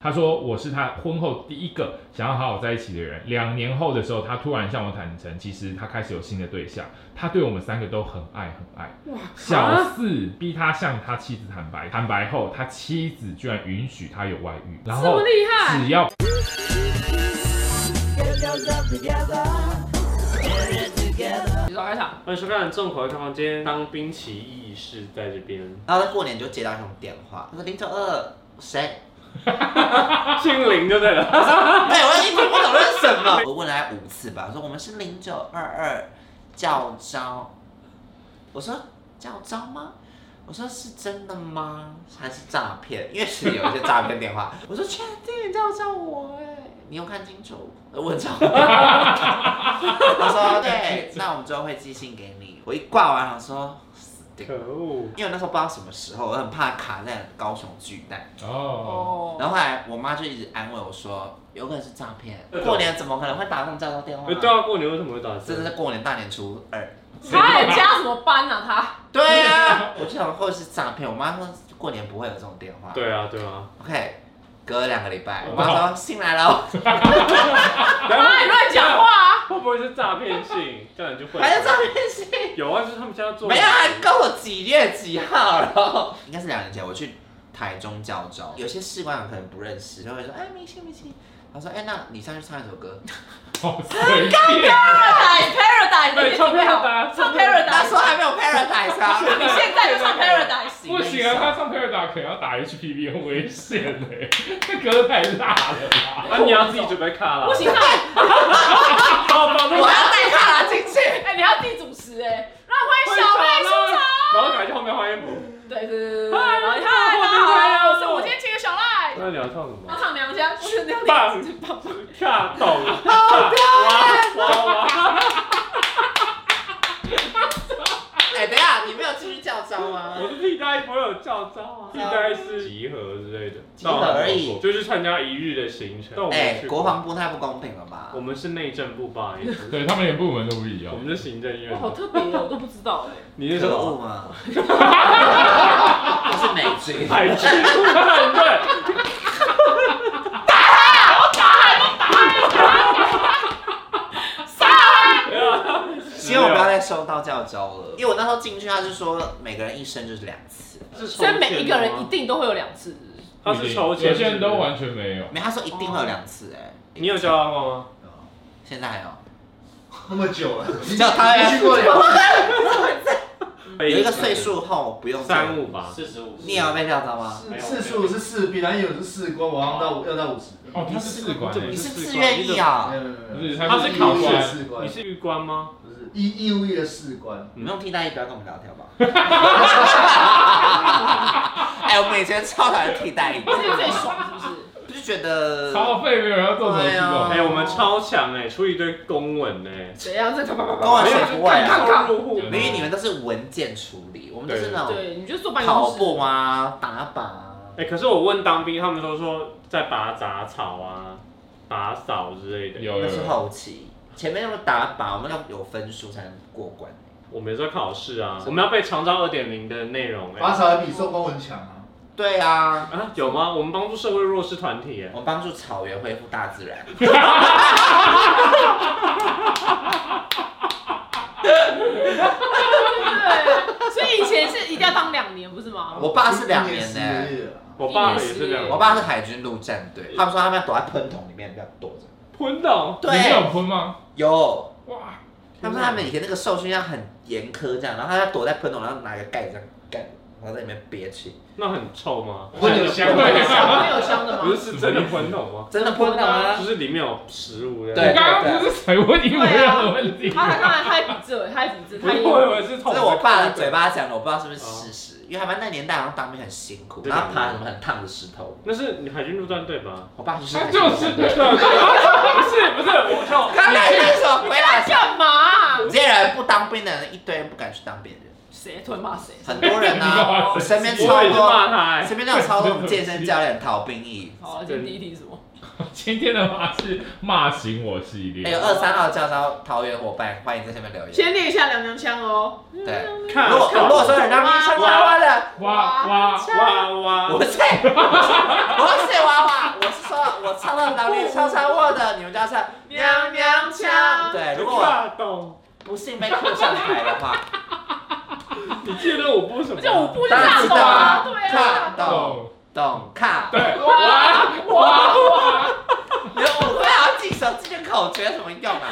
他说我是他婚后第一个想要好好在一起的人。两年后的时候，他突然向我坦诚，其实他开始有新的对象，他对我们三个都很爱很爱。哇小四逼他向他妻子坦白，坦白后，他妻子居然允许他有外遇，然这后么厉害只要你说开场，欢迎收看《重口味开房间》，当兵奇异事在这边，然后在过年就接到一种电话，他说零九二 谁？啊姓林就对了。对，我一直不懂那是什么。 我问了他五次吧，我说我们是零九二二教招。我说教招吗？我说是真的吗？还是诈骗？因为是有一些诈骗电 话。我说确定教招我哎、你有看清楚？我照。 他说 对，那我们之后会寄信给你。我一挂完，我说死定可了，恶！因为我那时候不知道什么时候，我很怕卡在高雄巨蛋。哦，哦，然后后来我妈就一直安慰我说，有可能是诈骗，过年怎么可能会打上叫招电话、哎啊对啊？啊，过哎年为什么会打真字的？是过年大年初二。他还加什么班啊？他对啊，我就想或者是诈骗，我妈说过年不会有这种电话。对啊，对啊。 ，OK，隔了两个礼拜，哦我妈说信来了，哦然他也乱讲话啊！会不会是诈骗信？叫你去汇款还是诈骗信？有啊，就是他们现在做没有，还告我几月几号，然后应该是两年前我去台中教招，有些士官长可能不认识，就会说哎明星明星，他说哎那你上去唱一首 歌，好随便， Paradise Paradise，对唱 Paradise，唱那 Paradise，时候还没有 Paradise 啊，你 现在就唱 Paradise。不行啊，他上 p a r a 可能要打 HPV，很危险嘞，这歌太辣了吧。啊，你要自己准备卡啦。不，行啊！好，把那我要带他进去。哎，你要地主持哎，让欢迎小妹出场。然后赶去后面换衣服。对对对对对，然后嗨，大家好，我是我今天请的小赖，那你要唱什要么？唱娘家，不是娘家，棒是棒。恰到。好哇哇哇！哎、等一下，你没有继续叫招吗？我是替代，不会有教招啊。替代是集合之类的，集合而已就是参加一日的行程。但我哎、们去国防部太不公平了吧我？们是内政部吧？也是 对他们连部门都不一样我。们是行政院哇，。好特别哦，我都不知道哎。你是什可恶啊么？ 吗？不是美军，海军战队。希望我不要再收到叫招了。因为我那时候进去，他就说每个人一生就是两次， 所以每一个人一，定都会有两次。他是抽签，有些人都。完全没有。没他说一定会有两次、哎，你有教他过吗？现在还有。那么久了，你叫他呀去过两次有一个岁数后不用三五吧，四十五，你也要被叫招吗？没有次数是四必然有是四关，我要到要到五十。哦，他是士官欸，你是四自关愿意啊没、有没有不没有，是他是考哦义务官役士官你是玉官吗？不是义义务役的士官，你们用替代役不要跟我们聊天吧。 哎、我们以前超讨厌替代役，这个 最爽是不是？就觉得超费没有人要做什么事哦对哎，我们超强哎，出一堆公文哎，怎样？ 这个啪啪啪跟我啪没有谁不会啊？收入户对明明你们都是文件处理，我们都是那种对，你就坐办公跑室。步啊、打靶啊。哎，可是我问当兵，他们都说在拔杂草啊、打扫之类的。有有那是有，后期，前面那个打靶，我们要有分数才能过关。我们也在考试啊，我们要背长招二点零的内容法哎。扫还比宋光文强啊。对啊，啊，有吗？我们帮助社会弱势团体哎。我们帮助草原恢复大自然。对，所以以前是一定要当两年，不是吗？我爸是两今年四呢、月了我爸也是这样，我爸是海军陆战队，他们说他们要躲在喷筒里面，不要躲着。昏倒。你们对，有喷吗？有。哇，他们说他们以前那个受训要很严苛这样，然后他要躲在喷筒，然后拿个盖子这样盖，然后在里面憋气。那很臭吗？会有香味小朋友香的 不吗？是是真的喷筒吗？真的喷筒啊就！是里面有食物的。我对刚刚不是才问你们样的问题？他他刚才嗨比这，嗨比这，他我也以为是这痛。是我爸的嘴巴讲的，我不知道是不是事实，因为他们那年代好像当兵很辛苦，然后爬什么很烫的石头。那是你海军陆战队吧？我爸就是他就是对对，不是不是，我靠，刚才那什么鬼打干嘛啊？这些人不当兵的人一堆人不敢去当兵的人，谁吞骂谁，很多人 啊，我身边我超也是多，骂他、欸，身边都有超多我们健身教练逃兵役。好，今天第一题是什么？今天的话是骂醒我系还列哎有，二三号教招桃园伙伴，欢迎在下面留言。先练一下娘娘腔哦，对，看如果如果说人家名称娃娃的，哇哇，哇哇，我不是，我不是娃娃，我是说我唱到老年超超我的，你们就要唱娘娘腔对，如果我跨懂，不幸被扣上台的话，你记得我播什么？而且我不是当然大知手道啊，啊对，看啊，懂懂看，哦对，哇哇你们我会还要记手机的口诀有什么用 啊？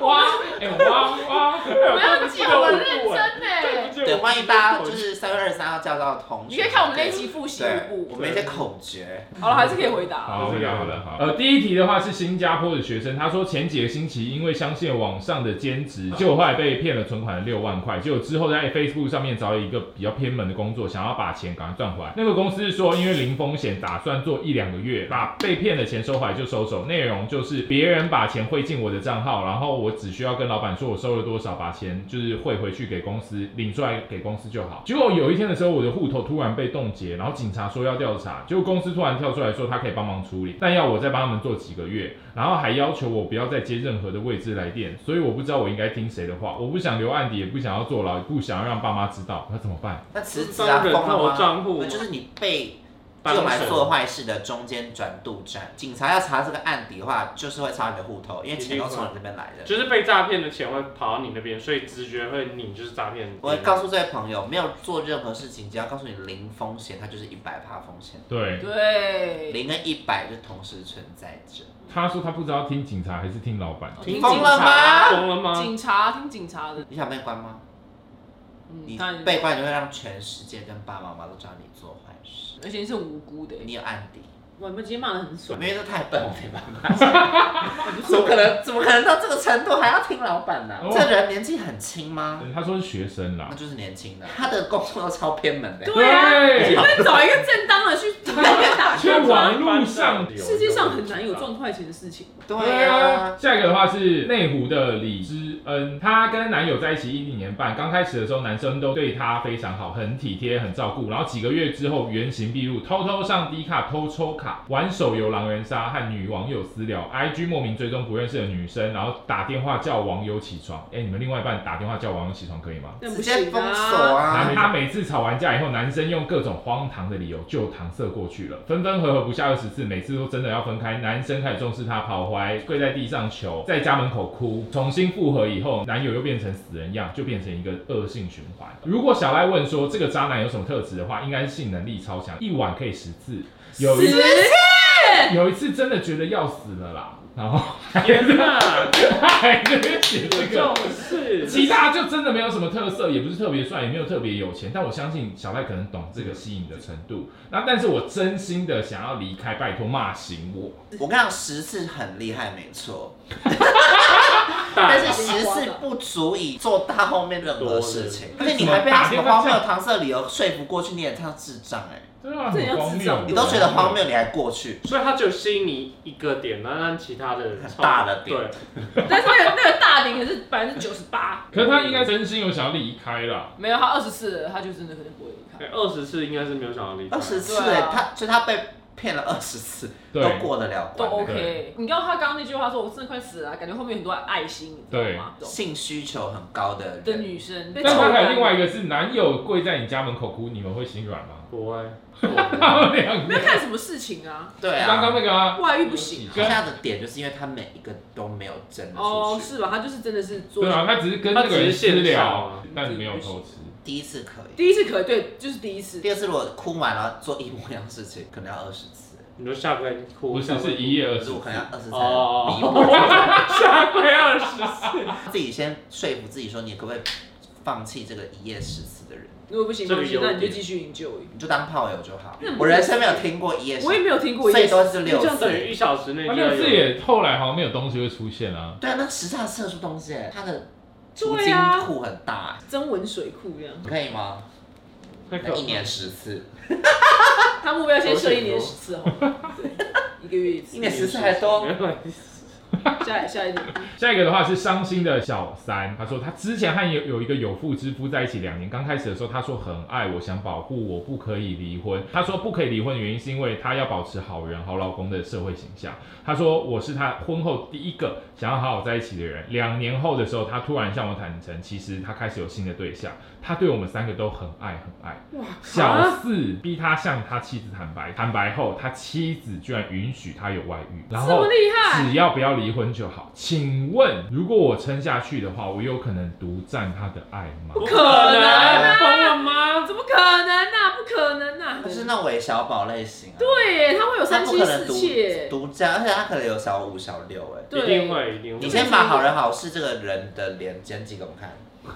哇，哎哇哇，不要记，我们认真呢。对，欢迎大家就是三月二十三号叫到的同学，你可以看我们那一集复习对，舞我步。们一些口诀，好了，还是可以回答。好，这这个个好了，好。呃，第一题的话是新加坡的学生，他说前几个星期因为相信网上的兼职，就后来被骗了存款的六万块，结果之后在 Facebook 上面找了一个比较偏门的工作，想要把钱赶快赚回来。那个公司是说因为零风险，打算做一两个月，把被骗的钱收回来就收手，内容就是别人把钱汇进我的账号，然后我只需要跟老板说我收了多少，把钱就是汇回去给公司，领出来给公司就好。结果有一天的时候，我的户头突然被冻结，然后警察说要调查，结果公司突然跳出来说他可以帮忙处理，但要我再帮他们做几个月，然后还要求我不要再接任何的未知来电，所以我不知道我应该听谁的话，我不想留案底，也不想要坐牢，也不想要让爸妈知道，那怎么办？那辞职啊，疯当人了头吗？账户那，就是你被帮手用来做坏事的中间转渡站，警察要查这个案底的话，就是会查你的户头，因为钱都从你这边来的。就是被诈骗的钱会跑到你那边，所以直觉会你就是诈骗。我会告诉这位朋友，没有做任何事情，只要告诉你零风险，它就是一百趴风险，对，对，零跟一百就同时存在着。他说他不知道听警察还是听老板， 你听疯警了察吗疯了吗？警察听警察的，你想被关吗？嗯，你当然，被关，你会让全世界跟爸爸妈妈都知道你做坏事，而且是无辜的。你有案底。我们今天骂的很因爽，为这太笨了，没办法。 怎么可能？怎么可能到这个程度还要听老板呢、哦这人年纪很轻吗？他说是学生啦那，就是年轻的，他的工作都超偏门的。对啊，你会找一个正当的去打去工吗？网络上世界上很难有赚快钱的事情。对啊呀、下一个的话是内湖的李知恩，她跟男友在一起一年半，刚开始的时候男生都对她非常好，很体贴，很照顾。然后几个月之后，原形毕露，偷偷上低卡偷抽卡，玩手游狼人杀和女网友私聊，IG 莫名追踪不认识的女生，然后打电话叫网友起床。哎、你们另外一半打电话叫网友起床可以吗？那不直接行封锁啊！然后啊！他每次吵完架以后，男生用各种荒唐的理由就搪塞过去了，分分合合不下二十次，每次都真的要分开。男生开始重视她，跑回来跪在地上求，在家门口哭。重新复合以后，男友又变成死人样，就变成一个恶性循环。如果小赖问说这个渣男有什么特质的话，应该是性能力超强，一晚可以十次。有一十有一次真的觉得要死了啦，然后天哪，还在那边写 这这个种。事，其他就真的没有什么特色，也不是特别帅，也没有特别有钱，但我相信小赖可能懂这个吸引的程度。那但是我真心的想要离开，拜托骂醒我。我跟你讲，十次很厉害，没 错，大但是十次不足以做到后面任何事情。多而的且你还被他什么荒谬的搪塞理由说服过去，你也他智障哎、对啊，这也很要荒智谬障，你都觉得荒谬，。你还过去？所以他就吸引你一个点，那让其他的很大的点对，但是那个那个大龄也是百分之九十八，可是他应该真心有想要离开啦。没有他二十四了，他就真的可能不会离开。二十次应该是没有想到离开。二十次对哎、啊他就他被骗了二十次，对都过得了都关。 OK。你刚刚他刚刚那句话说，我真的快死了啊，感觉后面很多爱心，你知道吗？懂性需求很高的的人，女生，但他还有另外一个是男友跪在你家门口哭，你们会心软 吗？不会，他们两没有个，看什么事情啊，对啊，刚刚那个啊，外遇不行啊。他现在的点就是因为他每一个都没有真的哦出，去，是吧？他就是真的是做对啊，他只是跟那个人私啊聊，但没有偷吃。第一次可以，第一次可以对，就是第一次第二次如果哭完了做一模一样的事情，可能要二十次，你说下跪哭，不是，是一夜二可十是我可能要二十次哦才弥补，下跪二十次，自己先说服自己说你可不可以放弃这个一夜十次的人，如果不行，这个放弃有那你就点继续营救。你就当炮友就好那。不我是人生没有听过一夜十我也没有听过次，一所以夜都是六那这样等于次。一小时内他就六要有次啊也后来好像没有东西会出现啊。对啊，那十大射出东西，他的储对金啊库很大，真文水库这样。可以吗？太可那怕一年十次，他哦目标先设一年十次好吗？对，一个月一次一。年十次还多。没有下来下一题，下一个的话是伤心的小三，他说他之前和有有一个有妇之夫在一起两年，刚开始的时候他说很爱我，想保护我，不可以离婚。他说不可以离婚的原因是因为他要保持好人好老公的社会形象。他说我是他婚后第一个想要好好在一起的人。两年后的时候，他突然向我坦诚，其实他开始有新的对象，他对我们三个都很爱很爱。小四逼他向他妻子坦白，坦白后他妻子居然允许他有外遇，然这后么厉害只要不要离婚就好。请问，如果我撑下去的话，我有可能独占他的爱吗？哦不可能啊疯了吗？怎么可能呐、不可能呐、他是那种韦小宝类型啊，，对耶，他会有他三不妻可能四独妾，独占，而且他可能有小五、小六哎。一定会，一定你会。先把好人好事这个人的脸剪辑给我们看，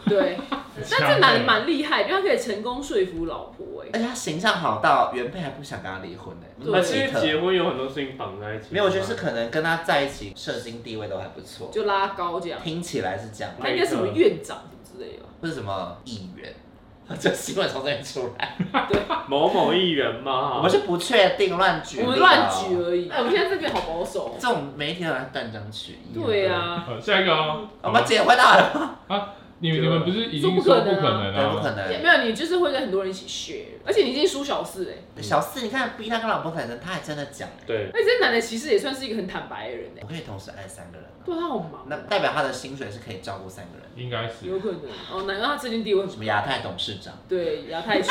对，但这强男欸的蛮厉害，因为他可以成功说服老婆哎、而且他形象好到原配还不想跟他离婚呢、对还蛮是因奇为特结婚有很多事情绑在一起。没有，我觉得是可能跟他在一起，社经地位都还不错，就拉高这样。听起来是这样，他应该是什么院长什么之类的吧？不是什么议员， 这新闻从这里出来，某某议员嘛。我们是不确定乱举例我啊，们乱举而已。哎，我们现在这边好保守哦。这种媒体人来断章取义，对啊，好，下一个哦。我们结婚了，你们你们不是已经说说不不可可能啊能对，啊不了、可吗？也能。没有你就是会跟很多人一起 share，而且你已经输小四哎，小四，你看逼他跟老婆反正他还真的讲欸，对，而且哎这男的其实也算是一个很坦白的人哎我，可以同时爱三个人啊，对他好忙那哦，代表他的薪水是可以照顾三个人，应该是有可能哦，难怪他最近地位很什么亚太董事长。对亚太区，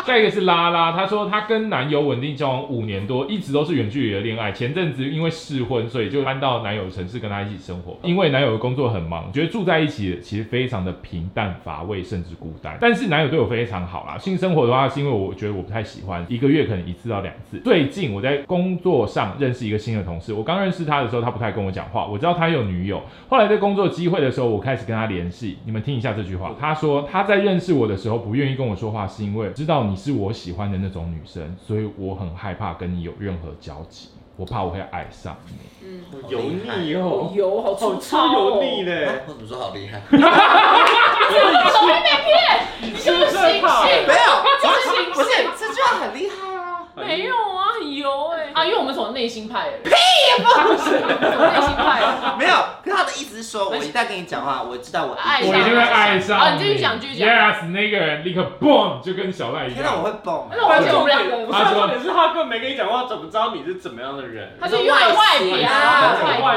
下一个是拉拉，她说她跟男友稳定交往五年多，一直都是远距离的恋爱。前阵子因为试婚，所以就搬到男友的城市跟他一起生活。因为男友的工作很忙，觉得住在一起其实非常的平淡乏味，甚至孤单。但是男友对我非常好啦。性生活的话，是因为我觉得我不太喜欢，一个月可能一次到两次。最近我在工作上认识一个新的同事，我刚认识他的时候，他不太跟我讲话，我知道他有女友。后来在工作机会的时候，我开始跟他联系。你们听一下这句话，他说他在认识我的时候不愿意跟我说话，是因为知道你是我喜欢的那种女生，所以我很害怕跟你有任何交集，我怕我会爱上你。嗯，油腻哦，油好粗好糙超哦油腻的。我怎么啊说好厉害？你是不是行性 没有，这是不是形象这句话很厉害啊！没有啊，很油哎啊，因为我们从内心派的人，屁不是，从内心派的人。没有，可是他的意思是说，我一旦跟你讲话，我知道我我一爱上定会爱好上你继续讲继续讲 Yes，那个人立刻 boom 就跟小赖一天哪，样。我会蹦欸。那我而且我们两个不是重点是他根本没跟你讲话，怎么知道你是怎么样的人？他是因为外表啊，外表外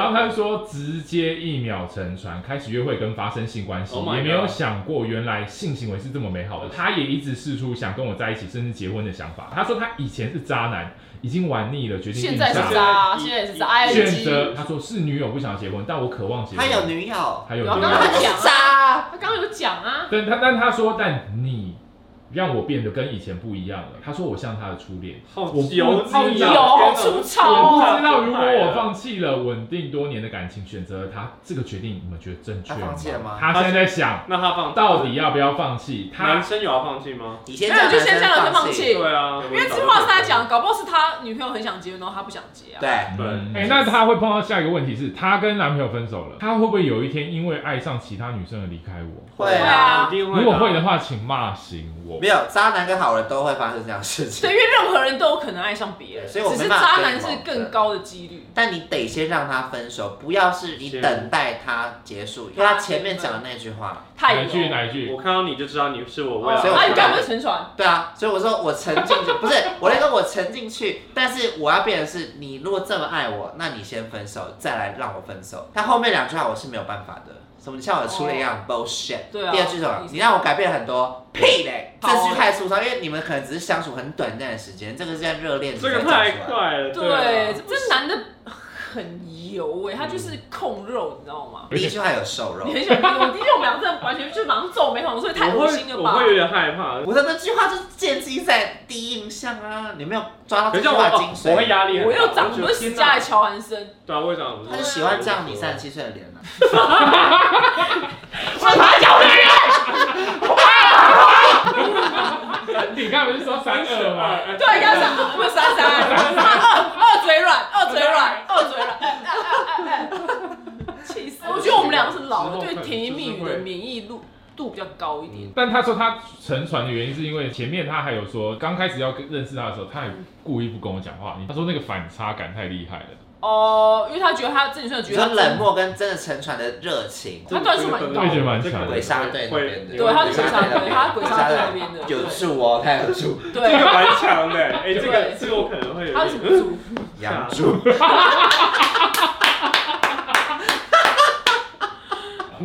然后他就说，直接一秒沉船，开始约会跟发生性关系 Oh my 也没有想过原来性行为是这么美好的。他也一直试出想跟我在一起，甚至结婚的想法。他说他以前是渣男，已经玩腻了，决 定现定在下来，是渣，现在是渣，I 选 N G。择他说是女友不想结婚，但我渴望结婚。他有女友，还有有女刚刚友他讲啊渣啊，他刚刚有讲啊，但他但他说，但你让我变得跟以前不一样了。他说我像他的初恋，好我油不好腻油啊，好粗 Oh 糙我哦不知道如果我放弃了稳定多年的感情，选择了他这个决定，你们觉得正确他放弃了吗他现在在想那他放到底要不要放弃？男他生有要放弃吗？你先没有就先叫叫男男生生放弃弃。对啊，因为这话是他讲，搞不好是他女朋友很想结婚，然后他不想结啊。对，嗯对哎、那他会碰到下一个问题是，他跟男朋友分手了，他会不会有一天因为爱上其他女生而离开我？会对啊。啊一定会。如果会的，话，请骂醒我没。有，渣男跟好人都会发生这样的事对，情，因为任何人都有可能爱上别人，对所以我只没是办法渣男跟你是保证更高的几率。但你得先让他分手，不要是你先等待他结束，因为他前面讲的那句话，哪太一句油。哪一句？我看到你就知道你是我未哦来所以的我啊，你人。该不会沉船？对啊，所以我说我沉进去，不是我那个我沉进去，但是我要变的是，你如果这么爱我，那你先分手，再来让我分手。但后面两句话我是没有办法的，什么你像我的初恋一样、bullshit。对啊第二句什么？你让我改变很多，屁嘞！这好句太粗糙，因为你们可能只是相处很短暂的时间，这个是在热恋期这才个讲出来太快了，对啊，这男的很油哎，他就是控肉，你知道吗？第一句话有瘦肉你，很喜欢逼我，因为我们俩真的完全就是马上皱眉头，所以太我恶心会了我吧会？有点害怕。我的那句话就是建基在第一印象啊，你没有抓到可这是句这样话我哦的精我会髓。压力很大，我又长觉不是得史天嘉哪的乔韩 森，对啊，我也长得不他是就喜欢这样你三十七岁的脸啊。你刚才不是说三二吗？二，啊哎对，要上我们三三 二二嘴软，二嘴软，二嘴软，哎哎哎哎哎气死！我觉得我们两个是老了，对甜言蜜语的免疫度度比较高一点。但他说他沉船的原因是因为前面他还有说，刚开始要跟认识他的时候，他也故意不跟我讲话。他说那个反差感太厉害了，哦，因为他觉得他自己算你觉说得他冷漠跟真的沉船的热情，他段数蛮高我也觉得蛮强的鬼杀队那边的，对他是鬼杀那队边他鬼杀队那边的有助哦，他有助，这对个，蛮强的，哎， 这个对这个我可能会有他是什点么族？杨 助。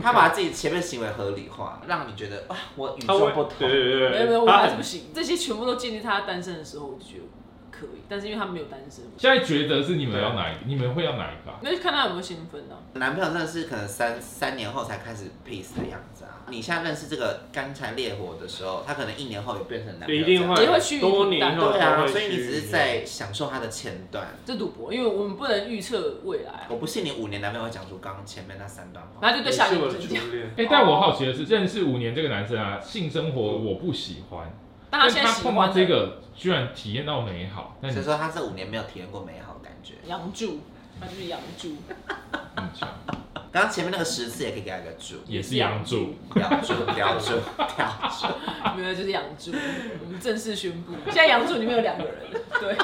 他把自己前面行为合理化，让你觉得哇，我与他众会不对同。对对对，没有没有，我他还很是不行。这些全部都建立他单身的时候，我就觉得可以，但是因为他没有单身，现在觉得是你们要哪一个？你们会要哪一个啊？那就看他有没有兴奋啊。男朋友真的是可能三三年后才开始 peace 的样子啊！你现在认识这个干柴烈火的时候，他可能一年后也变成男朋友一这样，定也会会，去多年后对啊，都会所以你只是去在享受他的前段。这赌博，因为我们不能预测未来啊我。不信你五年男朋友会讲出刚刚前面那三段话。然后就对下一你个是我女的生讲，初恋。哎、但我好奇的是，认识五年这个男生啊，性生活我不喜欢，但他但现在他喜碰到欢这个，居然体验到美好，那你所以说他这五年没有体验过美好的感觉。杨柱，他就是杨柱，很强，刚刚前面那个十次也可以给他一个住，也是养猪。吊住，吊住，吊住。没有就是杨柱。我们正式宣布，现在杨柱里面有两个人。对，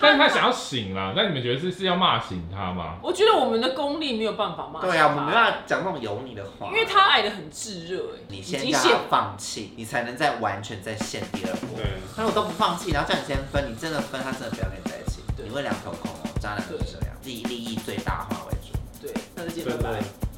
但是他想要醒啦，那你们觉得是是要骂醒他吗？我觉得我们的功力没有办法骂。对啊，我们没办法讲那种油腻的话，因为他爱的很炙热，哎，你已先啊经叫现他放弃，你才能再完全再陷第二波。对，他如果都不放弃，然后叫你先分，你真的分，他真的不要跟你在一起，对你会两头空哦。渣男就是这样，自己利益最大化为主。对，那就见真拜的拜。。